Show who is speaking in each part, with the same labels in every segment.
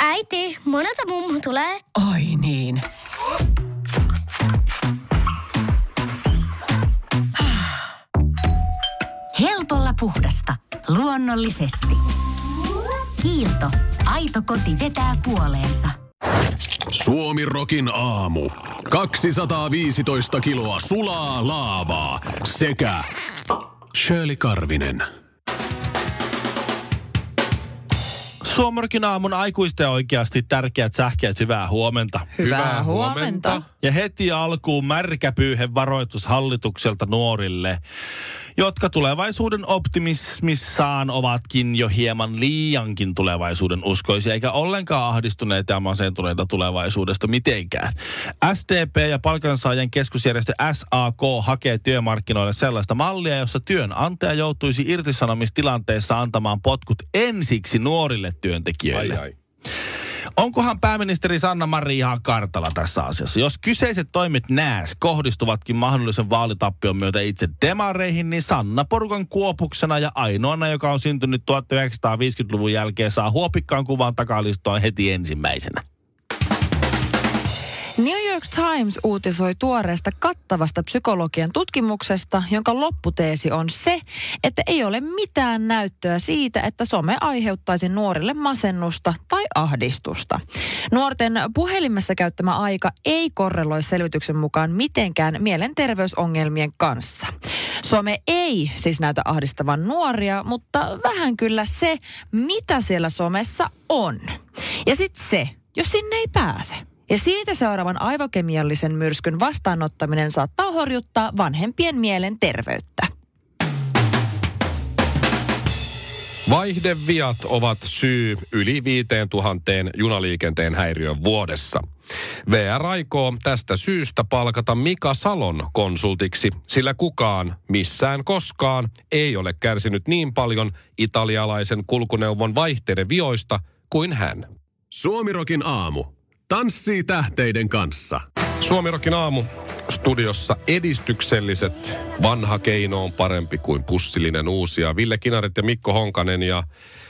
Speaker 1: Äiti, monelta mummu tulee.
Speaker 2: Oi niin. Helpolla puhdasta. Luonnollisesti. Kiilto. Aito koti vetää puoleensa.
Speaker 3: Suomirokin aamu. 215 kiloa sulaa laavaa sekä Shirley Karvinen.
Speaker 4: Suomarkin aamun aikuisten oikeasti tärkeät sähkeet, hyvää huomenta.
Speaker 5: Hyvää huomenta.
Speaker 4: Ja heti alkuun märkäpyyhen varoitus hallitukselta nuorille, jotka tulevaisuuden optimismissaan ovatkin jo hieman liiankin tulevaisuuden uskoisia, eikä ollenkaan ahdistuneita ja masentuneita tulevaisuudesta mitenkään. STP ja palkansaajien keskusjärjestö SAK hakee työmarkkinoille sellaista mallia, jossa työnantaja joutuisi irtisanomistilanteessa antamaan potkut ensiksi nuorille työntekijöille. Onkohan pääministeri Sanna Marin ihan kartalla tässä asiassa? Jos kyseiset toimet nääs kohdistuvatkin mahdollisen vaalitappion myötä itse demareihin, niin Sanna porukan kuopuksena ja ainoana, joka on syntynyt 1950-luvun jälkeen, saa huopikkaan kuvan takalistoon heti ensimmäisenä.
Speaker 5: New York Times uutisoi tuoreesta kattavasta psykologian tutkimuksesta, jonka lopputeesi on se, että ei ole mitään näyttöä siitä, että some aiheuttaisi nuorille masennusta tai ahdistusta. Nuorten puhelimessa käyttämä aika ei korreloi selvityksen mukaan mitenkään mielenterveysongelmien kanssa. Some ei siis näytä ahdistavan nuoria, mutta vähän kyllä se, mitä siellä somessa on. Ja sitten se, jos sinne ei pääse. Ja siitä seuraavan aivokemiallisen myrskyn vastaanottaminen saattaa horjuttaa vanhempien mielen terveyttä.
Speaker 6: Vaihdeviat ovat syy yli 5000 junaliikenteen häiriön vuodessa. VR aikoo tästä syystä palkata Mika Salon konsultiksi, sillä kukaan missään koskaan ei ole kärsinyt niin paljon italialaisen kulkuneuvon vaihteiden vioista kuin hän.
Speaker 3: Suomirokin aamu. Tanssii tähteiden kanssa.
Speaker 6: Suomirokin aamu studiossa edistykselliset. Vanha keino on parempi kuin pussillinen uusia. Ville Kinaret ja Mikko Honkanen ja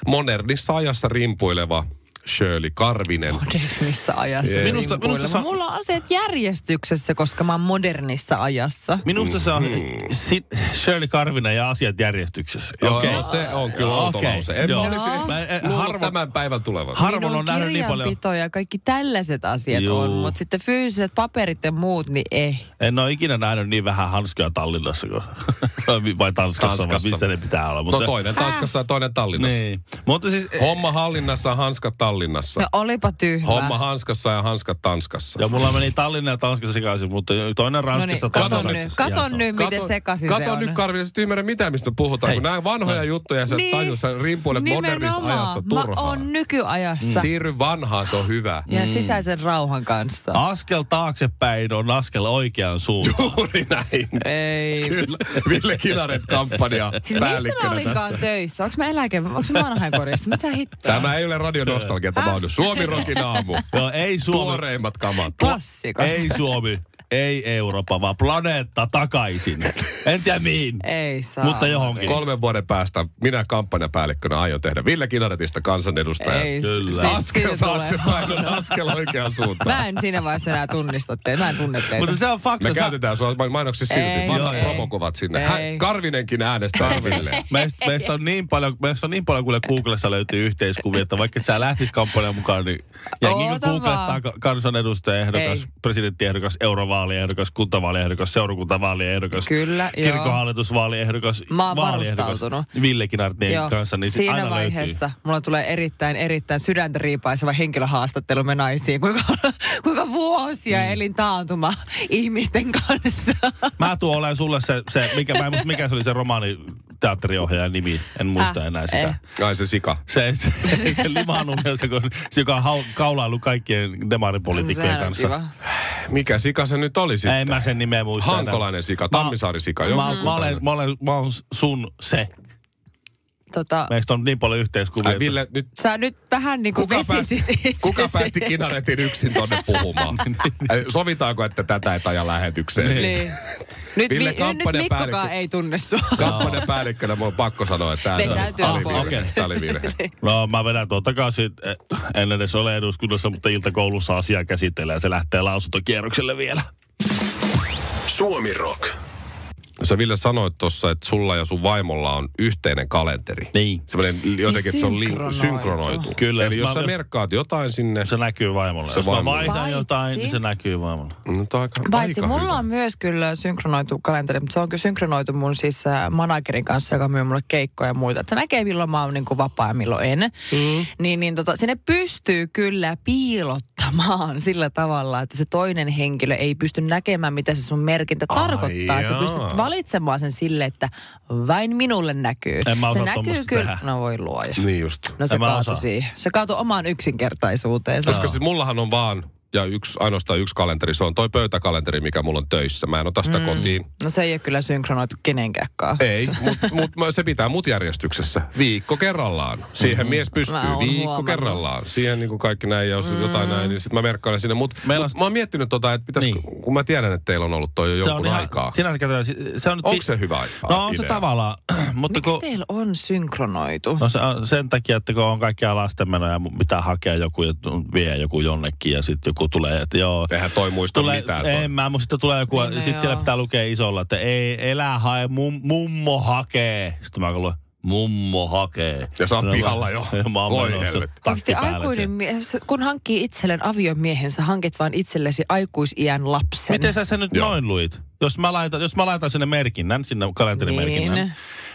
Speaker 6: modernissa ajassa rimpuileva Shirley Karvinen.
Speaker 5: Modernissa ajassa.
Speaker 6: Jee.
Speaker 4: Minusta-
Speaker 5: rimpuileva.
Speaker 4: minusta se on-
Speaker 5: Mulla on asiat järjestyksessä, koska mä oon modernissa ajassa.
Speaker 4: Minusta se on
Speaker 6: Mhm.
Speaker 4: sit Shirley Karvinen ja asiat järjestyksessä.
Speaker 6: Joo,
Speaker 4: Okei.
Speaker 6: joo, se on kyllä
Speaker 4: Joo,
Speaker 6: outo
Speaker 4: okei.
Speaker 6: lause. En
Speaker 4: Joo.
Speaker 6: mä olisi
Speaker 4: Mä en- en-
Speaker 6: luullut
Speaker 4: harvo-
Speaker 6: tämän päivän tulevan.
Speaker 4: Harvoin
Speaker 5: Minun
Speaker 4: on nähnyt niin paljon.
Speaker 5: kirjanpito ja kaikki tällaiset asiat
Speaker 4: Juu.
Speaker 5: on, mutta sitten fyysiset paperit ja muut, niin ei.
Speaker 4: En ole ikinä nähnyt niin vähän hanskoja Tallinnassa kuin, vai Tanskassa, Tanskassa.
Speaker 6: Tanskassa.
Speaker 4: Vai missä ne pitää olla.
Speaker 6: no toinen Tanskassa ja toinen Tallinnassa.
Speaker 4: Niin. Mutta siis...
Speaker 6: Homma hallinnassa, hanskat Tallinnassa.
Speaker 5: No olipa tyhmä.
Speaker 6: Homma hanskassa ja hanskat Tanskassa.
Speaker 4: Ja mulla meni Tallinna ja Tanska sekaisin, mutta toinen
Speaker 5: no niin,
Speaker 4: Ranskassa
Speaker 5: katon
Speaker 4: toinen
Speaker 5: nyt,
Speaker 4: Saksassa. Ja
Speaker 5: katon
Speaker 4: se on-
Speaker 5: nyt, miten sekaisin
Speaker 6: kato
Speaker 5: se on.
Speaker 6: nyt Karvinen, sit ymmärrä mitä mistä puhutaan,
Speaker 4: Hei.
Speaker 6: kun nämä vanhoja juttuja sä niin. tajus, sä rimpuilet modernissa
Speaker 5: nimenomaan.
Speaker 6: ajassa
Speaker 5: Mä
Speaker 6: turhaan. Mm.
Speaker 5: oon nykyajassa
Speaker 6: Siirry vanhaan, se on hyvä.
Speaker 5: ja sisäisen rauhan kanssa.
Speaker 4: Askel taaksepäin on askel oikeaan suuntaan.
Speaker 6: Juuri näin.
Speaker 5: Ei.
Speaker 6: Kyllä. Ville Kilaret kampanja
Speaker 5: Siis missä mä
Speaker 6: päällikkönä
Speaker 5: olinkaan
Speaker 6: tässä.
Speaker 5: töissä? Onko mä eläke, onko mä Vanhainkodissa? Mitä hittoa?
Speaker 6: Tämä ei ole Radio Nostalgia,
Speaker 5: Äh.
Speaker 6: tämä on Suomi Rokin aamu.
Speaker 4: Joo, ei Suomi,
Speaker 6: Tuoreimmat kamat.
Speaker 5: Klassikot.
Speaker 4: ei Suomi, ei Eurooppa, vaan planeetta takaisin. En tiedä mihin,
Speaker 5: Ei saa.
Speaker 4: mutta johonkin.
Speaker 6: Kolmen vuoden päästä minä kampanjapäällikkönä aion tehdä Ville Kinaretista kansanedustaja.
Speaker 5: Ei,
Speaker 4: Kyllä.
Speaker 5: si-
Speaker 6: Askel
Speaker 5: siitä tulee.
Speaker 6: taaksepäin on askel oikeaan suuntaan.
Speaker 5: Mä en siinä vaiheessa enää tunnista teitä. Mä en tunne teitä.
Speaker 4: Mutta se on fakta.
Speaker 6: Me
Speaker 4: sä-
Speaker 6: käytetään sua mainoksissa silti.
Speaker 5: Ei,
Speaker 6: Vanhat
Speaker 4: ei.
Speaker 6: promokuvat sinne. Hän,
Speaker 5: Ei.
Speaker 6: Karvinenkin äänestää Ville.
Speaker 4: Meistä, meistä, on niin paljon, meistä on niin paljon, kun Googlessa löytyy yhteiskuvia, että vaikka et sä lähtis kampanjan mukaan, niin jengi kun
Speaker 5: Oota
Speaker 4: googlettaa
Speaker 5: vaan.
Speaker 4: ka- kansanedustajaehdokas,
Speaker 5: Ei.
Speaker 4: presidenttiehdokas, eurovaaliehdokas, kuntavaaliehdokas, seurakuntavaaliehdokas,
Speaker 5: Kyllä, joo.
Speaker 4: kirkkohallitusvaaliehdokas,
Speaker 5: Mä oon
Speaker 4: vaaliehdokas,
Speaker 5: varustautunut.
Speaker 4: Villekin Artnien
Speaker 5: Joo,
Speaker 4: kanssa, niin sit
Speaker 5: siinä
Speaker 4: aina
Speaker 5: vaiheessa mulla tulee erittäin, erittäin sydäntä riipaiseva henkilöhaastattelu me naisiin, kuinka, kuinka vuosia mm. elin taantuma ihmisten kanssa.
Speaker 4: löytyy. Mä tuon olen sulle se, se mikä, mä en muista, mikä se oli se romaani teatteriohjaajan nimi, en muista
Speaker 5: Äh,
Speaker 4: enää sitä.
Speaker 5: eh.
Speaker 6: Ai se sika.
Speaker 4: Se, se, se, se limaannut, kun- se, joka on hau- kaulaillut kaikkien demaripolitiikkojen
Speaker 5: Sehän on
Speaker 4: kanssa.
Speaker 5: kiva.
Speaker 6: Mikä sika se nyt oli sitten?
Speaker 4: Ei mä sen nimeä muista. enää.
Speaker 6: Hankolainen sika, Tammisaari sika.
Speaker 4: Mä,
Speaker 6: joku
Speaker 4: mä, olen,
Speaker 6: tällainen.
Speaker 4: mä, olen, mä olen sun se.
Speaker 5: tota,
Speaker 4: Meistä on niin paljon yhteiskuvia.
Speaker 6: Ai Ville, nyt
Speaker 5: sä nyt vähän niin kuin
Speaker 6: kuka päästi,
Speaker 5: vesitit
Speaker 6: kuka
Speaker 5: itsesi.
Speaker 6: päästi kinaretin yksin tonne puhumaan?
Speaker 4: Niin,
Speaker 6: Ai, Sovitaanko, että tätä ei taja lähetykseen?
Speaker 5: Niin. Nyt,
Speaker 6: Ville
Speaker 5: vi, nyt
Speaker 6: Kamppanen
Speaker 5: Mikkokaan
Speaker 6: päällikkö.
Speaker 5: ei tunne sua.
Speaker 6: Kappanen päällikkönä mun on pakko sanoa, että tämä
Speaker 5: Vetäytyä
Speaker 6: oli- tämä oli
Speaker 5: pois.
Speaker 6: virhe.
Speaker 4: Okei.
Speaker 6: Tämä oli virhe.
Speaker 5: Niin.
Speaker 4: No mä vedän tuon takaisin. Eh, En edes ole eduskunnassa, mutta iltakoulussa asiaa käsitellään. Se lähtee lausuntokierrokselle vielä.
Speaker 3: Suomi Rock.
Speaker 6: Sä Ville sanoit tuossa, että sulla ja sun vaimolla on yhteinen kalenteri.
Speaker 4: Niin.
Speaker 6: Semmoinen jotenkin, että se on link-
Speaker 5: Niin, synkronoitu.
Speaker 6: synkronoitu.
Speaker 4: Kyllä,
Speaker 6: Eli
Speaker 4: jos
Speaker 6: jos
Speaker 4: mä-
Speaker 6: sä merkkaat jotain sinne,
Speaker 4: Se näkyy vaimolle.
Speaker 6: Se
Speaker 4: Jos mä
Speaker 6: vaimolle.
Speaker 4: vaihdan
Speaker 5: Paitsi-
Speaker 4: jotain, niin se näkyy vaimolle.
Speaker 6: no, tää on aika,
Speaker 5: Paitsi
Speaker 6: aika
Speaker 5: mulla
Speaker 6: hyvä.
Speaker 5: on myös kyllä synkronoitu kalenteri, mutta se on kyllä synkronoitu mun siis äh, managerin kanssa, joka myy mulle keikkoja ja muita. Et se näkee milloin mä oon niin kuin vapaa ja milloin en. Mm. Niin, niin tota, sinne pystyy kyllä piilottamaan sillä tavalla, että se toinen henkilö ei pysty näkemään, mitä se sun merkintä
Speaker 6: Ai
Speaker 5: tarkoittaa. Et sä
Speaker 6: jaa.
Speaker 5: pystyt valitsemaan sen sille, että vain minulle näkyy.
Speaker 4: En
Speaker 5: se
Speaker 4: mä osaa
Speaker 5: näkyy
Speaker 4: tommosta
Speaker 5: kyllä.
Speaker 4: tehdä.
Speaker 5: No voi luoja.
Speaker 6: Niin just.
Speaker 5: No se
Speaker 4: En mä
Speaker 5: kaatui
Speaker 4: osaa.
Speaker 5: siihen. Se kaatui omaan yksinkertaisuuteensa.
Speaker 6: Koska siis mullahan on vaan, ja yksi, ainoastaan yksi kalenteri, se on toi pöytäkalenteri, mikä mulla on töissä. Mä en ota sitä mm. kotiin.
Speaker 5: No se ei ole kyllä synkronoitu kenenkääkaan.
Speaker 6: Ei, mutta mut, se pitää mut järjestyksessä. Viikko kerrallaan.
Speaker 4: Mm-hmm.
Speaker 6: Siihen mm. mies pystyy.
Speaker 5: Mä oon
Speaker 6: Viikko
Speaker 5: huomannut.
Speaker 6: kerrallaan. Siihen niin kaikki näin, ja jos mm. jotain näin, niin sitten mä merkkailen sinne. Mutta
Speaker 4: Meillä
Speaker 6: mut,
Speaker 4: on-
Speaker 6: mä oon miettinyt tota, että pitäis, niin.
Speaker 4: Niin.
Speaker 6: kun mä tiedän, että teillä on ollut toi jo
Speaker 4: Se
Speaker 6: jonkun
Speaker 4: on
Speaker 6: aikaa.
Speaker 4: Sinänsä katsotaan, se on nyt...
Speaker 6: Onko se hyvä aika?
Speaker 4: No on se
Speaker 6: idea?
Speaker 4: tavallaan, mutta
Speaker 5: Miksi
Speaker 4: kun...
Speaker 5: teillä on synkronoitu?
Speaker 4: No se on sen takia, että kun on kaikkia lastenmenoja, ja mun pitää hakea joku ja tu- vie joku jonnekin ja sitten joku tulee, että joo.
Speaker 6: Eihän toi muista
Speaker 4: Tulee,
Speaker 6: mitään. Toi.
Speaker 4: en mä, mutta sitten tulee joku,
Speaker 5: Niin, no
Speaker 4: niin sitten siellä
Speaker 5: joo.
Speaker 4: pitää lukea isolla, että ei, elää hae, mum, mummo hakee. Sitten mä luen, mummo hakee.
Speaker 6: Ja sä oot
Speaker 4: Sitten mä-
Speaker 6: pihalla jo.
Speaker 4: Ja mä oon
Speaker 6: Voi
Speaker 4: menossa
Speaker 6: helvetti.
Speaker 5: Onko
Speaker 4: takki
Speaker 5: te
Speaker 4: päällä
Speaker 5: aikuinen
Speaker 4: siellä.
Speaker 5: mies, kun hankkii itselleen aviomiehensä, hankit vaan itsellesi aikuisiän lapsen?
Speaker 4: Miten sä sen nyt
Speaker 6: Joo.
Speaker 4: noin luit? Jos mä, laitan, jos mä laitan sinne merkinnän, sinne kalenterimerkinnän,
Speaker 5: Niin.
Speaker 4: niin.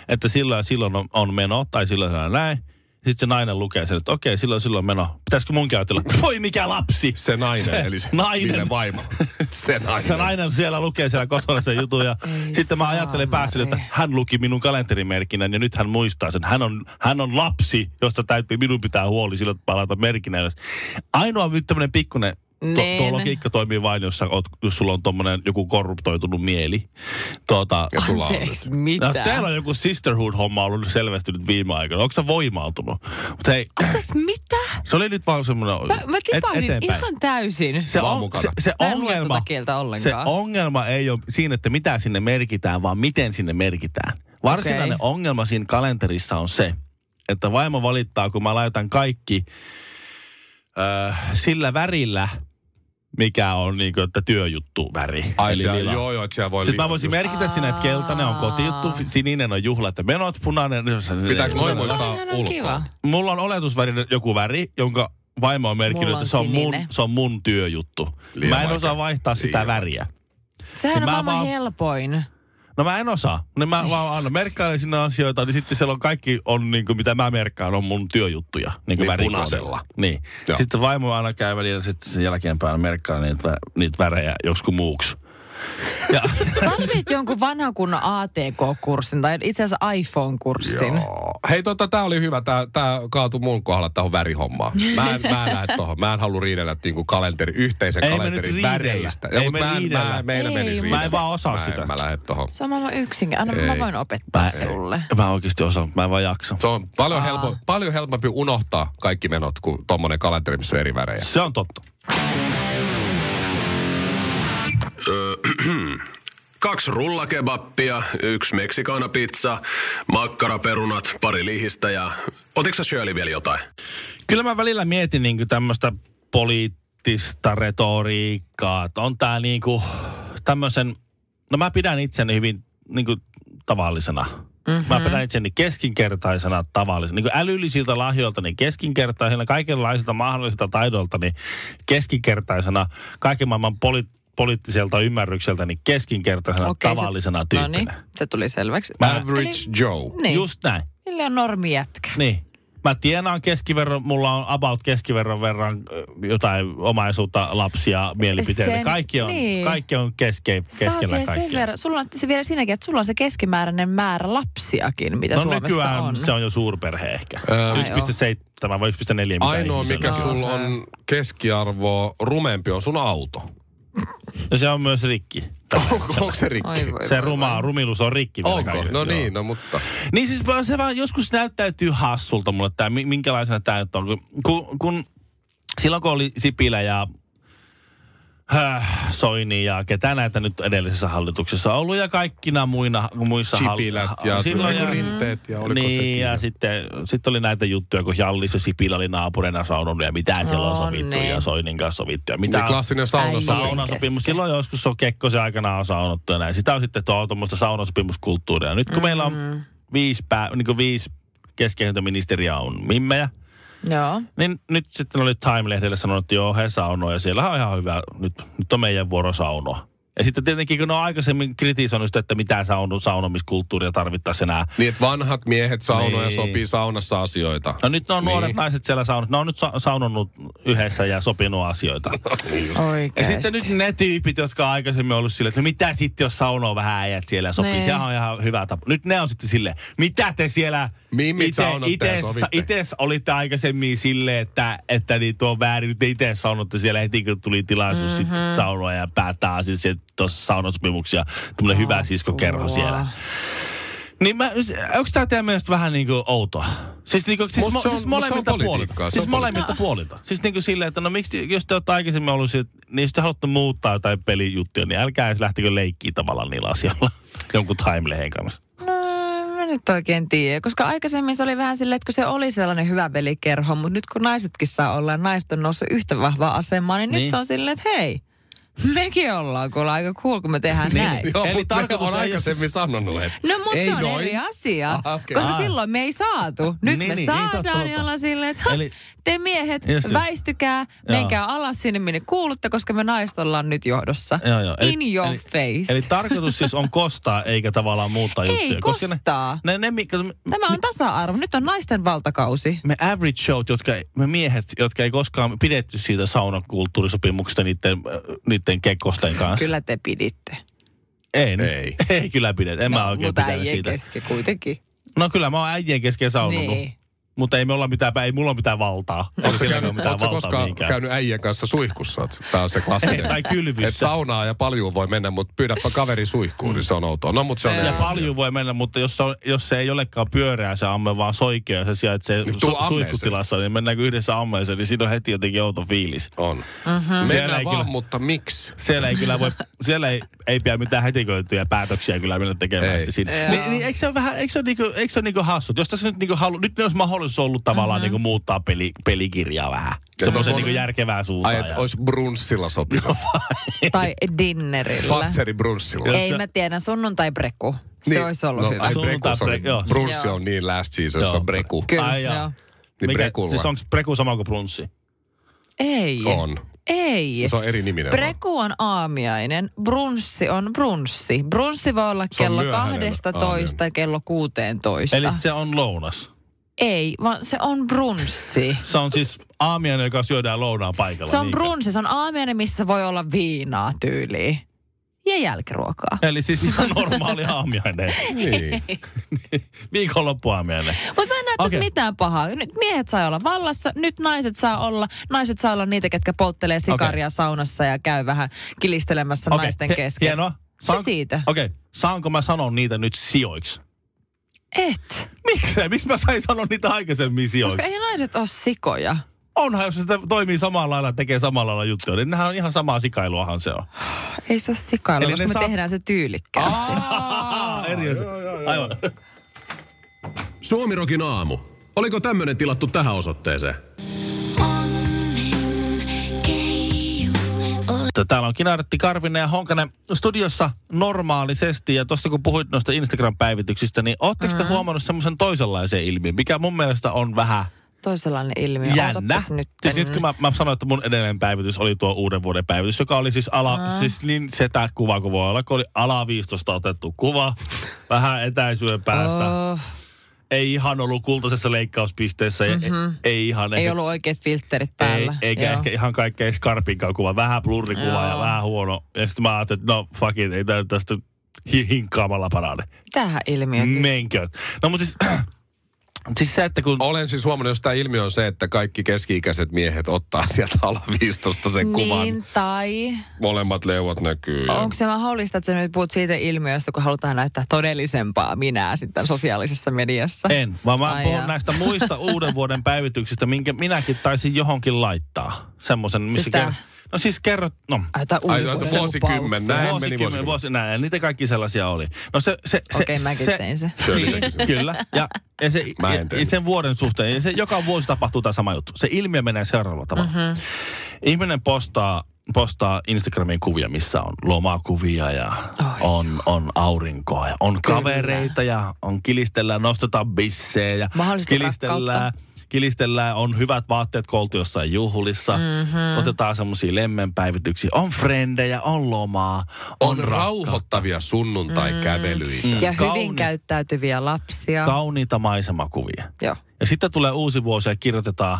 Speaker 4: että silloin ja silloin on, on meno, tai silloin on näin. Sitten se nainen lukee sen, että okei, silloin ja silloin on meno. Pitäisikö mun ajatella, voi mikä lapsi!
Speaker 6: Se nainen,
Speaker 4: Se
Speaker 6: eli se
Speaker 4: nainen.
Speaker 6: Ville vaimo. Se nainen.
Speaker 4: Se nainen siellä lukee siellä kotona sen jutun ja
Speaker 5: Ei
Speaker 4: sitten mä ajattelen
Speaker 5: saamari.
Speaker 4: päässä, että hän luki minun kalenterimerkinnän ja nyt hän muistaa sen. Hän on, hän on lapsi, josta täytyy minun pitää huoli sillä, että mä laitan merkinnän ylös. Ainoa nyt tämmöinen pikkuinen Tuo, tuo
Speaker 5: Niin.
Speaker 4: logiikka toimii vain, jos, sä oot, jos sulla on tommonen joku korruptoitunut mieli. Tuota,
Speaker 6: Ja sulla on nyt.
Speaker 5: Anteeksi, mitä?
Speaker 4: no, teillä on joku sisterhood-homma ollut selvästi nyt viime aikoina. Onko se voimautunut? Mutta hei,
Speaker 5: Anteeksi, mitä?
Speaker 4: se oli nyt vaan semmoinen...
Speaker 5: Mä, mä kipahdin ihan täysin.
Speaker 4: se,
Speaker 6: Vaan
Speaker 4: on,
Speaker 6: mukana.
Speaker 4: se, se,
Speaker 5: Mä en lue
Speaker 4: ongelma,
Speaker 5: tuota kieltä
Speaker 4: se
Speaker 5: ollenkaan.
Speaker 4: ongelma ei ole siinä, että mitä sinne merkitään, vaan miten sinne merkitään. Varsinainen
Speaker 5: Okei.
Speaker 4: okay. ongelma siinä kalenterissa on se, että vaimo valittaa, kun mä laitan kaikki äh, sillä värillä, mikä on niin kuin, että työjuttu väri.
Speaker 6: Ai
Speaker 4: Eli
Speaker 6: siellä,
Speaker 4: lila.
Speaker 6: joo, joo, että siellä voi
Speaker 4: Sitten
Speaker 6: liikaa.
Speaker 4: mä voisin
Speaker 6: Just-
Speaker 4: merkitä sinne, että keltainen on kotijuttu, fi- sininen on juhla, että menot, punainen.
Speaker 6: Pitääkö noin muistaa
Speaker 5: Toihan on
Speaker 6: ulkoa?
Speaker 5: kiva.
Speaker 4: Mulla on oletusvärinä joku väri, jonka vaimo on merkinnyt,
Speaker 5: Mulla on
Speaker 4: että se on, mun,
Speaker 5: sininen.
Speaker 4: se on mun työjuttu.
Speaker 6: Liian
Speaker 4: mä en
Speaker 6: vaikea.
Speaker 4: osaa vaihtaa sitä
Speaker 6: Liian
Speaker 4: väriä.
Speaker 5: Sehän on
Speaker 4: Niin Mä
Speaker 5: maailman
Speaker 4: vaan-
Speaker 5: helpoin.
Speaker 4: No mä en osaa. Niin mä vaan aina merkkailen sinne asioita, niin sitten siellä on kaikki, on, niin kuin, mitä mä merkkaan, on mun työjuttuja. Niin, kuin
Speaker 6: Niin
Speaker 4: värikoodilla.
Speaker 6: punaisella.
Speaker 4: Niin.
Speaker 6: Joo.
Speaker 4: Joo. Sitten vaimo aina käy välillä, sitten sen jälkeenpäin merkkaan niitä, vä- niitä värejä joskus muuksi. Ja,
Speaker 5: Tarvit jonkun vanhan kunnon ATK-kurssin tai itse asiassa iPhone-kurssin.
Speaker 4: Niin.
Speaker 6: Joo. Hei, tota, tää oli hyvä. Tää, tää kaatui mun kohdalla tähän värihommaan. Mä en, mä en lähde tohon. Mä en halua riidellä niinku kalenteri, yhteisen
Speaker 4: Ei me nyt
Speaker 6: kalenterin
Speaker 4: riidellä.
Speaker 6: väreistä.
Speaker 4: Ei
Speaker 6: mut
Speaker 4: me
Speaker 6: mä, en- mä,
Speaker 4: riidellä.
Speaker 6: en- meidän
Speaker 5: Ei,
Speaker 6: menisi
Speaker 5: mutta
Speaker 6: riidellä.
Speaker 4: Mä en vaan osaa
Speaker 6: mä en-
Speaker 4: sitä.
Speaker 6: Mä lähden tohon.
Speaker 5: Se on maailman yksinkin. Anna mä
Speaker 6: Ei.
Speaker 5: voin opettaa sulle.
Speaker 4: mä oikeasti osaan, mä en vaan jaksa.
Speaker 6: Se on paljon, helpo, paljon helpompi unohtaa kaikki menot kuin tommonen kalenteri, missä on eri värejä.
Speaker 4: Se on totta.
Speaker 3: Kaksi rullakebappia, yksi meksikaanapizza, makkaraperunat, pari lihistä ja... Otitko sä Shirley vielä jotain?
Speaker 4: Kyllä mä välillä mietin niin tämmöistä poliittista retoriikkaa, että on tää niinku tämmöisen, no mä pidän itseni hyvin niinku tavallisena. Mm-hmm.
Speaker 5: Mhm.
Speaker 4: Mä pidän itseni keskinkertaisena tavallisena. Niin älyllisiltä lahjoilta niin keskinkertaisena, kaikenlaisilta mahdollisilta taidoilta niin keskinkertaisena, kaiken maailman poli- poliittiselta ymmärrykseltä niin keskinkertaisena okay,
Speaker 5: Okei, se-
Speaker 4: tavallisena
Speaker 5: No
Speaker 4: tyyppinä.
Speaker 5: niin, se tuli selväksi.
Speaker 4: Mä-
Speaker 6: Average Joe.
Speaker 5: Niin.
Speaker 4: Just näin.
Speaker 5: Sille on normi jätkä.
Speaker 4: Niin. Mä tienaan keskiverron, mulla on about keskiverron verran ö, jotain omaisuutta, lapsia, mielipiteitä.
Speaker 5: Sen-
Speaker 4: kaikki on,
Speaker 5: niin.
Speaker 4: kaikki on keske,
Speaker 5: Sä
Speaker 4: keskellä
Speaker 5: oikein sen
Speaker 4: kaikkea.
Speaker 5: verran, sulla on se vielä siinäkin, että sulla on se keskimääräinen määrä lapsiakin, mitä
Speaker 4: No
Speaker 5: Suomessa
Speaker 4: nykyään
Speaker 5: on.
Speaker 4: se on jo suurperhe ehkä.
Speaker 6: Öö,
Speaker 4: 1,7 vai 1,4 mitä
Speaker 6: Ainoa,
Speaker 4: ihmisellä
Speaker 6: mikä
Speaker 4: on.
Speaker 6: sulla on keskiarvo rumempi, on sun auto.
Speaker 4: No se on myös rikki. tällä
Speaker 6: Onko se rikki?
Speaker 5: Oi voi.
Speaker 4: Se ruma, rumilus on rikki. vielä
Speaker 6: Onko?
Speaker 4: kaikille,
Speaker 6: No
Speaker 4: joo.
Speaker 6: niin, no mutta.
Speaker 4: Niin siis vaan se vaan joskus näyttäytyy hassulta mulle, tämä, mi- minkälaisena tämä nyt on. Kun- Kun, kun, silloin kun oli Sipilä ja Häh, Soini ja ketä näitä nyt edellisessä hallituksessa on ollut ja kaikkina muina, muissa
Speaker 6: Sipilät ja
Speaker 4: silloin
Speaker 6: oliko rinteet ja oliko
Speaker 4: niin,
Speaker 6: sekin
Speaker 4: ja
Speaker 6: jo?
Speaker 4: sitten sit oli näitä juttuja, kun Jallis ja Sipilä oli naapurina saunonut ja mitä siellä on
Speaker 5: No
Speaker 4: sovittu
Speaker 5: niin.
Speaker 4: ja Soinin kanssa sovittu ja
Speaker 6: Mitä
Speaker 4: mitä on-
Speaker 6: Niin klassinen sauna
Speaker 5: Äijä.
Speaker 6: sauna.
Speaker 4: Saunasopimus. Silloin joskus on Kekkosen aikana on saunottu ja näin. Sitä on sitten tuo tuommoista saunasopimuskulttuuria. Nyt kun mm-hmm. meillä on viisi, pää, niin kuin viisi keskeyhäntöministeriä on mimmejä,
Speaker 5: Joo.
Speaker 4: niin nyt sitten oli Time-lehdelle sanonut, että joo, he saunoo ja siellä on ihan hyvä, nyt, nyt on meidän vuoro saunoa. Ja sitten tietenkin, kun ne on aikaisemmin kritisoinut sitä, että mitä saun, saunomiskulttuuria tarvittaisiin enää.
Speaker 6: Niin, että vanhat miehet saunoja
Speaker 4: Niin.
Speaker 6: sopii saunassa asioita.
Speaker 4: No nyt ne on nuoret
Speaker 6: Niin.
Speaker 4: naiset siellä saunut. Ne on nyt sa- saunonut yhdessä ja sopinut asioita. Ja
Speaker 5: Oikeesti.
Speaker 4: sitten nyt ne tyypit, jotka on aikaisemmin ollut silleen, että no mitä sitten, jos saunoo vähän äijät siellä ja sopii.
Speaker 5: Niin.
Speaker 4: Sehän on ihan hyvä tapa. Nyt ne on sitten silleen, mitä te siellä
Speaker 6: Mimmit saunotte ja sovitte.
Speaker 4: itse olitte aikaisemmin silleen, että, että niin tuo on väärin. Nyt itse saunotte siellä heti, kun tuli tilaisuus
Speaker 5: Mhm.
Speaker 4: mm-hmm. sit saunoa ja päättää asiat tuossa saunosopimuksia. Tämmöinen hyvä siskokerho siellä. Niin mä, onko tämä teidän mielestä vähän niinku outoa? Siis, niinku, siis,
Speaker 6: Musta
Speaker 4: mo,
Speaker 6: se on-
Speaker 4: siis
Speaker 6: musta se on
Speaker 4: molemmilta
Speaker 6: politiikkaa,
Speaker 4: puolilta.
Speaker 6: se
Speaker 4: Siis
Speaker 6: on
Speaker 4: molemmilta puolilta. Siis niinku silleen, että no miksi, jos te olette aikaisemmin ollut sit, niin jos te haluatte muuttaa jotain pelijuttuja, niin älkää edes lähtikö leikkiä tavallaan niillä asioilla jonkun time kanssa.
Speaker 5: No, en mä nyt oikein tiedä, koska aikaisemmin se oli vähän silleen, että kun se oli sellainen hyvä velikerho, mutta nyt kun naisetkin saa olla ja naiset on noussut yhtä vahvaa asemaan, niin,
Speaker 4: Niin.
Speaker 5: nyt se on silleen, että hei, mekin ollaan kuulla aika cool, kun me tehdään
Speaker 4: Niin.
Speaker 5: näin.
Speaker 6: Joo,
Speaker 4: Eli
Speaker 6: mutta
Speaker 4: tarkoitus
Speaker 6: on
Speaker 4: ei-
Speaker 6: aikaisemmin sanonut, että
Speaker 5: No mutta
Speaker 6: ei
Speaker 5: se on
Speaker 6: noin.
Speaker 5: eri asia,
Speaker 6: Ah, okei.
Speaker 5: koska
Speaker 4: Ah.
Speaker 5: silloin me ei saatu. Nyt
Speaker 4: Niin,
Speaker 5: me
Speaker 4: niin, niin, totta,
Speaker 5: saadaan ja
Speaker 4: totta.
Speaker 5: ollaan silleen, että Eli...
Speaker 4: Eli-
Speaker 5: te miehet
Speaker 4: Just, just.
Speaker 5: väistykää,
Speaker 4: Joo.
Speaker 5: menkää alas sinne minne kuulutte, koska me naiset ollaan nyt johdossa.
Speaker 4: Joo, joo. Eli-
Speaker 5: In your
Speaker 4: eli-
Speaker 5: face.
Speaker 4: Eli tarkoitus siis on kostaa eikä tavallaan muuttaa
Speaker 5: Ei
Speaker 4: juttuja.
Speaker 5: kostaa.
Speaker 4: Ne, ne, ne, mikä-
Speaker 5: Tämä on tasa-arvo, nyt on naisten valtakausi.
Speaker 4: me average showt, jotka, ei- me miehet, jotka ei koskaan pidetty siitä saunakulttuurisopimuksesta niiden, äh, niiden kekkosten kanssa.
Speaker 5: Kyllä te piditte.
Speaker 4: Ei, nyt-
Speaker 6: Ei.
Speaker 4: ei kyllä pidetä. En mä oikein
Speaker 5: No, mutta
Speaker 4: pitänyt
Speaker 5: äijien
Speaker 4: siitä.
Speaker 5: kesken kuitenkin.
Speaker 4: No kyllä mä oon äijien kesken saunonut.
Speaker 5: Niin.
Speaker 4: Mutta ei, me olla mitään, ei mulla ole mitään valtaa.
Speaker 6: Oletko sä
Speaker 4: Ei
Speaker 6: käynyt,
Speaker 4: kenelläkään ole
Speaker 6: oletko sä koskaan
Speaker 4: mihinkään.
Speaker 6: käynyt äijien kanssa suihkussa? Tämä on se
Speaker 4: Ei,
Speaker 6: klassinen.
Speaker 4: tai kylvyssä.
Speaker 6: Et saunaa ja paljon voi mennä, mutta pyydäpä kaveri suihkuun, niin se on outoa. No, mutta se on
Speaker 5: Ja
Speaker 6: eri
Speaker 4: Ja
Speaker 6: asia.
Speaker 4: paljon voi mennä, mutta jos se, on, jos se ei olekaan pyöreä se amme, vaan soikea, se sijaitsee
Speaker 6: Niin tuu
Speaker 4: su-
Speaker 6: ammeeseen.
Speaker 4: suihkutilassa, niin mennäänkö yhdessä ammeeseen, niin siinä on heti jotenkin outo fiilis.
Speaker 5: Mhm.
Speaker 6: On.
Speaker 4: Siellä
Speaker 6: Mennään
Speaker 4: ei
Speaker 6: vaan,
Speaker 4: kyllä-
Speaker 6: mutta miksi?
Speaker 4: Siellä ei kyllä voi, siellä ei, ei pidä mitään hätiköityjä päätöksiä kyllä mennä tekemään
Speaker 6: Ei.
Speaker 4: sitä siinä.
Speaker 5: Joo.
Speaker 4: Ni, niin eikö se ole vähän, eikö se ole niinku, eikö se ole niinku hassut? Jos tässä nyt niinku halu, nyt ne olisi mahdollisuus ollut tavallaan mm-hmm. niinku muuttaa peli, pelikirjaa vähän. Semmoisen
Speaker 6: on-
Speaker 4: niinku järkevää suuntaan.
Speaker 6: Ai, että
Speaker 4: ja-
Speaker 6: olisi brunssilla
Speaker 4: No,
Speaker 6: sopinut.
Speaker 5: Tai dinnerillä.
Speaker 6: Fatseri brunssilla.
Speaker 4: Joo.
Speaker 5: Ei mä tiedän, sunnuntai-brekku. Se
Speaker 4: Niin.
Speaker 5: olisi ollut
Speaker 6: no,
Speaker 5: hyvä.
Speaker 6: Ai,
Speaker 4: Sunnuntai
Speaker 6: breku,
Speaker 4: brek- joo.
Speaker 6: brunssi
Speaker 5: Joo.
Speaker 6: on niin last season, se
Speaker 4: Joo.
Speaker 6: on breku.
Speaker 5: Kyllä,
Speaker 4: Ai jaa.
Speaker 5: joo.
Speaker 6: Niin
Speaker 4: Mikä,
Speaker 6: brekulla.
Speaker 4: siis onko preku sama kuin brunssi?
Speaker 5: Ei.
Speaker 6: On.
Speaker 5: Ei.
Speaker 6: Se on eri niminen. vaan.
Speaker 5: Preku on aamiainen, brunssi on brunssi. Brunssi voi olla
Speaker 6: Se on
Speaker 5: kello
Speaker 6: myöhäinen
Speaker 5: 12
Speaker 6: aamiainen.
Speaker 5: kello 16.
Speaker 4: Eli se on lounas.
Speaker 5: Ei, vaan se on brunssi.
Speaker 4: Se on siis aamiainen, joka syödään lounaan paikalla.
Speaker 5: Se on
Speaker 4: niinkö?
Speaker 5: brunssi, se on aamiainen, missä voi olla viinaa tyyliin. Ja jälkiruokaa.
Speaker 4: Eli siis ihan normaali aamiainen.
Speaker 6: Niin.
Speaker 4: Viikonloppuaamiainen.
Speaker 5: Mutta mä en näe tässä
Speaker 4: Okei.
Speaker 5: mitään pahaa. Nyt miehet saa olla vallassa, nyt naiset saa olla. Naiset saa olla niitä, ketkä polttelee sikaria saunassa ja käy vähän kilistelemässä
Speaker 4: Okei,
Speaker 5: naisten
Speaker 4: hie-
Speaker 5: kesken.
Speaker 4: Hienoa.
Speaker 5: Se siitä.
Speaker 4: Okei, saanko mä sanoa niitä nyt sijoiksi?
Speaker 5: Et,
Speaker 4: Miksei? Miksi mä sain sanoa niitä aikaisemmin sijoiksi?
Speaker 5: koska No ei naiset ole sikoja.
Speaker 4: Onhan, jos se toimii samalla lailla, tekee samalla lailla juttuja, niin nehän on ihan samaa sikailuahan se on.
Speaker 5: Ei se ole sikailu,
Speaker 4: Eli
Speaker 5: koska
Speaker 4: ne
Speaker 5: me
Speaker 4: saa-
Speaker 5: tehdään se tyylikkäästi.
Speaker 4: Ah, eri asia. Aivan.
Speaker 3: Suomirokin aamu. Oliko tämmönen tilattu tähän osoitteeseen?
Speaker 4: Mutta Täällä on Kinaretti Karvinen ja Honkanen studiossa normaalisesti. Ja tuosta kun puhuit noista Instagram-päivityksistä, niin ootteko te huomannut semmoisen toisenlaisen ilmiön, mikä mun mielestä on vähän
Speaker 5: Toisenlainen ilmiö.
Speaker 4: jännä.
Speaker 5: Ootapas Nyt.
Speaker 4: Siis nyt kun mä, mä sanoin, että mun edellinen päivitys oli tuo uuden vuoden päivitys, joka oli siis ala, siis niin setä kuva kuin voi olla, kun oli ala 15 otettu kuva, vähän etäisyyden päästä.
Speaker 5: Oh,
Speaker 4: Ei ihan ollut kultaisessa leikkauspisteessä, mm-hmm. ei, ei ihan.
Speaker 5: Mhm. ei
Speaker 4: ehkä-
Speaker 5: ollut oikeat filtterit päällä.
Speaker 4: ei, eikä
Speaker 5: Joo.
Speaker 4: ehkä ihan kaikkein skarpinkaan kuva. Vähän blurrikuva ja
Speaker 5: Joo.
Speaker 4: vähän huono. Ja sitten mä ajattelin, että no fuck it, ei tää nyt tästä hi- hinkkaamalla parane.
Speaker 5: Tähän ilmiö.
Speaker 4: Menkö. No mutta siis Siis se, että kun...
Speaker 6: Olen siis huomannut, jos tämä ilmiö on se, että kaikki keski-ikäiset miehet ottaa sieltä alla 15 sen kuvan.
Speaker 5: Niin, tai
Speaker 6: Molemmat leuat näkyy. ja-
Speaker 5: onko se mahdollista, että sä nyt puhut siitä ilmiöstä, kun halutaan näyttää todellisempaa minää sitten sosiaalisessa mediassa?
Speaker 4: En, vaan mä
Speaker 5: Ai
Speaker 4: puhun
Speaker 5: jaa.
Speaker 4: näistä muista uuden vuoden päivityksistä, minkä minäkin taisin johonkin laittaa. Semmoisen, missä
Speaker 5: tää-
Speaker 4: ker- No siis kerrot, no
Speaker 5: Ai, jotain
Speaker 6: Ai,
Speaker 5: ulkoista
Speaker 6: jotain vuosikymmen,
Speaker 5: lupauksia.
Speaker 6: näin. meni
Speaker 4: vuosikymmen,
Speaker 6: vuosikymmen.
Speaker 4: vuosi, näin, niitä kaikki sellaisia oli. No se, se, se,
Speaker 5: Okei, mäkin tein sen.
Speaker 6: Shirley
Speaker 4: Niin,
Speaker 6: teki sen.
Speaker 4: Kyllä, ja, ja, se,
Speaker 6: Mä en
Speaker 4: ja
Speaker 6: tehnyt.
Speaker 4: sen vuoden suhteen, ja se, joka vuosi tapahtuu tämä sama juttu. Se ilmiö menee seuraavalla tavalla.
Speaker 5: Mhm.
Speaker 4: Mm-hmm. Ihminen postaa, postaa Instagramiin kuvia, missä on lomakuvia ja on, on aurinkoa ja on kavereita ja on kilistellään, nostetaan bissejä ja
Speaker 5: Mahdollista
Speaker 4: kilistellään.
Speaker 5: rakkautta.
Speaker 4: Kilistellään, on hyvät vaatteet koltu jossain juhlissa, mm-hmm. otetaan semmoisia lemmenpäivityksiä, on frendejä, on lomaa,
Speaker 6: On rauhoittavia sunnuntai-kävelyitä. Mm.
Speaker 5: Ja hyvin
Speaker 4: Kauni-
Speaker 5: käyttäytyviä lapsia.
Speaker 4: kauniita maisemakuvia.
Speaker 5: Joo.
Speaker 4: Ja sitten tulee uusi vuosi ja kirjoitetaan,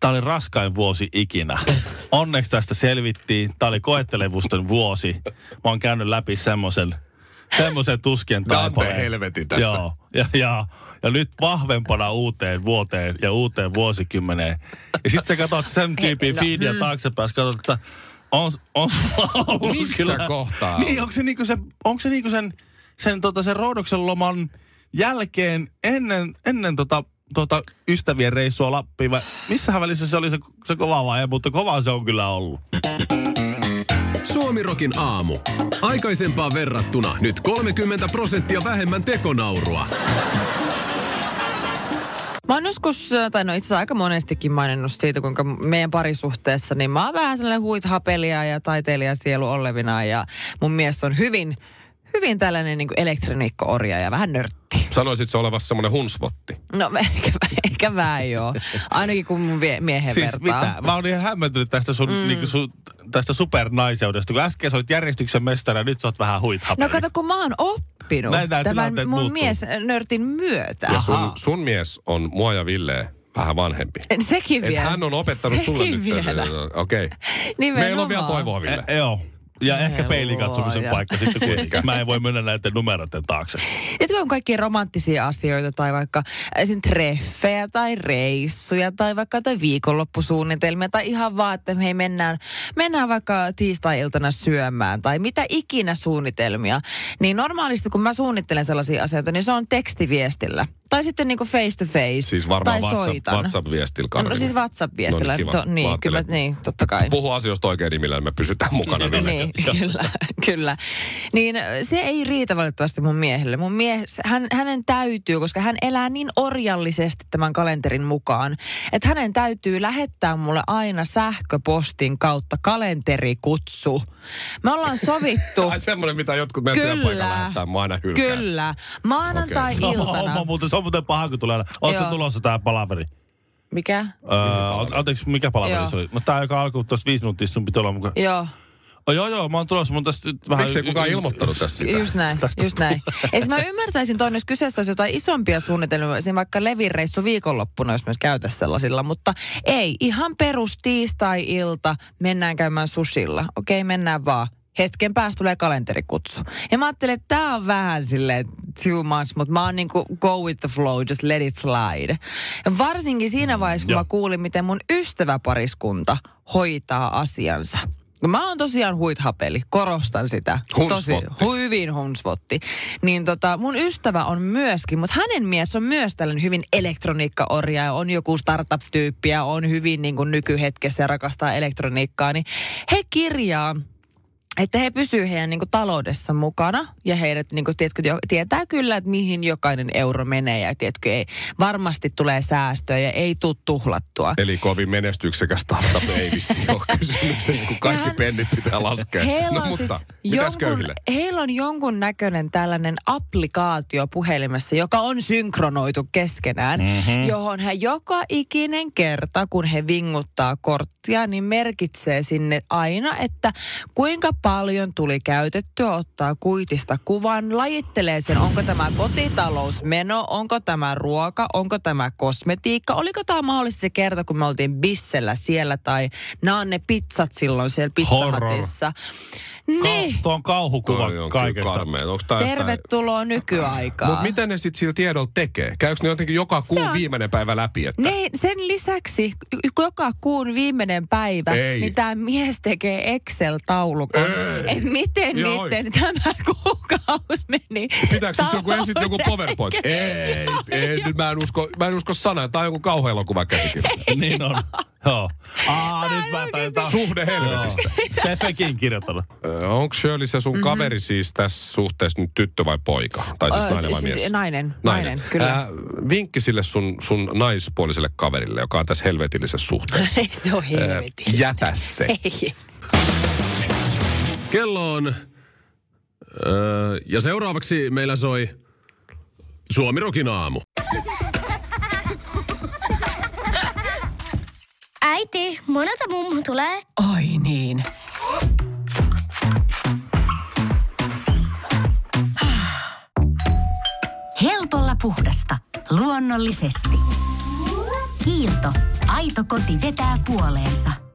Speaker 4: tämä oli raskain vuosi ikinä. Onneksi tästä selvittiin. Tämä oli koettelevusten vuosi. Mä oon käynyt läpi semmoisen semmoisen tuskien
Speaker 6: Dante
Speaker 4: taipaleen.
Speaker 6: helvetin tässä.
Speaker 4: Joo. Ja, ja, ja nyt vahvempana uuteen vuoteen ja uuteen vuosikymmeneen. Ja sitten sä katsot sen tyypin
Speaker 5: no,
Speaker 4: feedia taaksepäin, sä katsot, että on, on sulla ollut
Speaker 6: Missä
Speaker 4: kyllä-
Speaker 6: kohtaa
Speaker 4: Niin, onko se niinku se, onko se niinku sen, sen, tota, sen roodoksen loman jälkeen ennen, ennen tota, tota ystävien reissua Lappiin vai missähän välissä se oli se, se kova vaihe, mutta kova se on kyllä ollut.
Speaker 7: Suomirokin aamu. Aikaisempaan verrattuna nyt 30 prosenttia vähemmän tekonaurua.
Speaker 5: Mä oon joskus, äh, tai no itse asiassa aika monestikin maininnut siitä, kuinka meidän parisuhteessa, niin mä oon vähän sellainen huithapelija ja taiteilija sielu olevina ja mun mies on hyvin, hyvin tällainen niin elektroniikko-orja ja vähän nörtti.
Speaker 6: Sanoisit se olevassa semmoinen hunsvotti.
Speaker 5: No ehkä, ehkä vähän joo, ainakin kun mun vie- miehen
Speaker 6: Siis
Speaker 5: vertaa.
Speaker 4: Siis mitä? Mä oon ihan hämmentynyt tästä sun, mm. niinku sun tästä supernaiseudesta, kun äsken sä olit järjestyksen mestari ja nyt sä oot vähän huithapeli.
Speaker 5: No kato, kun mä oon oppinut
Speaker 4: Näin tää
Speaker 5: tämän
Speaker 4: tilanteet
Speaker 5: mun
Speaker 4: muuttuu.
Speaker 5: mies nörtin myötä.
Speaker 6: Ja sun,
Speaker 4: Ahaa.
Speaker 6: sun mies on mua ja Ville vähän vanhempi.
Speaker 5: En, Sekin
Speaker 6: Et
Speaker 5: vielä.
Speaker 6: hän on opettanut
Speaker 5: Sekin
Speaker 6: sulle nyt.
Speaker 5: vielä.
Speaker 6: Okei. Okay.
Speaker 5: Nimenomaan.
Speaker 6: Meillä on vielä toivoa, Ville.
Speaker 4: E- joo. Ja ehkä
Speaker 5: Ei
Speaker 4: peilin katsomisen
Speaker 5: luoja.
Speaker 4: paikka sitten kuitenkin. Mä en voi mennä näiden numeroiden taakse.
Speaker 5: Tiedätkö, on kaikkia romanttisia asioita tai vaikka esim. treffejä tai reissuja tai vaikka jotain viikonloppusuunnitelmia tai ihan vaan, että hei mennään, mennään vaikka tiistai-iltana syömään tai mitä ikinä suunnitelmia. Niin normaalisti kun mä suunnittelen sellaisia asioita, niin se on tekstiviestillä. Tai sitten niinku face to face.
Speaker 6: Siis varmaan
Speaker 5: tai
Speaker 6: WhatsApp,
Speaker 5: soitan.
Speaker 6: WhatsApp-viestillä
Speaker 5: No
Speaker 6: Karolina.
Speaker 5: siis WhatsApp-viestillä.
Speaker 6: No niin,
Speaker 5: No
Speaker 6: kiva.
Speaker 5: niin, niin, kyllä,
Speaker 6: Vaattelen.
Speaker 5: niin, totta kai.
Speaker 6: Puhu asioista oikein nimillä, niin me pysytään mukana, Ville.
Speaker 5: Niin, kyllä, kyllä. Niin se ei riitä valitettavasti mun miehelle. Mun mies, hän, hänen täytyy, koska hän elää niin orjallisesti tämän kalenterin mukaan, että hänen täytyy lähettää mulle aina sähköpostin kautta kalenterikutsu. Me ollaan sovittu.
Speaker 6: Ai semmoinen, mitä jotkut meidän työpaikalla
Speaker 5: Kyllä.
Speaker 6: lähettää, mä aina hylkään.
Speaker 5: Kyllä. Maanantai-iltana.
Speaker 4: Homma, muuten, se on muuten paha, kun tulee aina. Ootko
Speaker 5: Joo.
Speaker 4: tulossa tää palaveri?
Speaker 5: Mikä?
Speaker 4: Öö, an- anteeksi, mikä palaveri
Speaker 5: Joo.
Speaker 4: se oli? No tää, joka alkoi tuossa viisi minuuttia, sun pitää olla mukaan.
Speaker 5: Joo.
Speaker 4: Oh, joo, joo, mä oon tulossa, mun tästä nyt vähän...
Speaker 6: Miksei kukaan ilmoittanut tästä mitään?
Speaker 5: Just näin,
Speaker 4: Tästä
Speaker 5: just näin. Esim. mä ymmärtäisin tuon, jos kyseessä olisi jotain isompia suunnitelmia, esim. vaikka levireissu viikonloppuna, jos myös käytä sellaisilla, mutta ei, ihan perus tiistai-ilta mennään käymään susilla. Okei, mennään vaan. Hetken päästä tulee kalenterikutsu. Ja mä ajattelin, että tää on vähän silleen too much, mutta mä oon niinku go with the flow, just let it slide. Ja varsinkin siinä vaiheessa, kun
Speaker 4: Mm, joo.
Speaker 5: mä kuulin, miten mun ystäväpariskunta hoitaa asiansa. Mä oon tosiaan huithapeli, korostan sitä.
Speaker 6: Hunsvotti.
Speaker 5: Tosi, hu- hyvin hunsvotti. Niin tota, mun ystävä on myöskin, mutta hänen mies on myös tällainen hyvin elektroniikkaorja ja on joku startup-tyyppi ja on hyvin niin kuin nykyhetkessä ja rakastaa elektroniikkaa. Niin he kirjaa että he pysyvät heidän niin kuin, taloudessa mukana ja heidät niin kuin, tiedätkö, jo- tietää kyllä, että mihin jokainen euro menee ja tiedätkö, ei, varmasti tulee säästöä ja ei tule tuhlattua.
Speaker 6: Eli kovin menestyksekäs startup ei vissiin ole kysymyksessä, kun kaikki
Speaker 5: Tähän-
Speaker 6: pennit pitää laskea.
Speaker 5: Heillä
Speaker 6: No
Speaker 5: on
Speaker 6: mutta,
Speaker 5: siis
Speaker 6: mitäs
Speaker 5: jonkun,
Speaker 6: köyhille?
Speaker 5: heillä on jonkun näköinen tällainen applikaatio puhelimessa, joka on synkronoitu keskenään, mm-hmm. johon he joka ikinen kerta, kun he vinguttaa korttia, niin merkitsee sinne aina, että kuinka paljon tuli käytettyä, ottaa kuitista kuvan, lajittelee sen, onko tämä kotitalousmeno, onko tämä ruoka, onko tämä kosmetiikka, oliko tämä mahdollisesti se kerta, kun me oltiin bissellä siellä tai nämä on ne pizzat silloin siellä pizzahatissa. Niin,
Speaker 4: Ka- tuo on kauhukuva
Speaker 6: Toi on
Speaker 4: kaikesta.
Speaker 6: kyllä karmea. Onks tää jotain-
Speaker 5: tervetuloa nykyaikaan.
Speaker 6: Mutta No mitä ne sitten sillä tiedolla tekee? Käykö ne jotenkin joka kuun
Speaker 5: on-
Speaker 6: viimeinen päivä läpi? Että...
Speaker 5: Ne, sen lisäksi y- joka kuun viimeinen päivä,
Speaker 6: Ei.
Speaker 5: niin tämä mies tekee Excel-taulukon,
Speaker 6: Ei.
Speaker 5: että miten
Speaker 6: Joo.
Speaker 5: niiden tämä kuukausi meni.
Speaker 6: Pitääkö siis joku ensin joku
Speaker 5: talouteen.
Speaker 6: PowerPoint? Ei, ei, nyt mä en usko, mä en usko sanaa. Tämä on joku kauhean elokuva käsikirjoitus.
Speaker 4: niin on. Joo. Aa, nyt mä taitan.
Speaker 6: Suhde
Speaker 4: Joo.
Speaker 6: helvetistä.
Speaker 4: Steffenkin kirjoittanut.
Speaker 6: Onko Shirley se sun
Speaker 5: Mhm.
Speaker 6: mm-hmm. kaveri siis tässä suhteessa nyt tyttö vai poika? Tai siis
Speaker 5: Ö,
Speaker 6: nainen vai
Speaker 5: siis
Speaker 6: mies?
Speaker 5: nainen, nainen, kyllä.
Speaker 6: Ää, vinkki sille sun, sun naispuoliselle kaverille, joka on tässä helvetillisessä suhteessa.
Speaker 5: Ei se ole
Speaker 6: Ää,
Speaker 5: helvetin.
Speaker 6: Jätä se.
Speaker 5: Ei.
Speaker 7: Kello on... Öö, ja seuraavaksi meillä soi Suomi Rokin aamu.
Speaker 1: Äiti, monelta mummu tulee?
Speaker 2: Oi niin. Helpolla puhdasta. Luonnollisesti. Kiilto. Aito koti vetää puoleensa.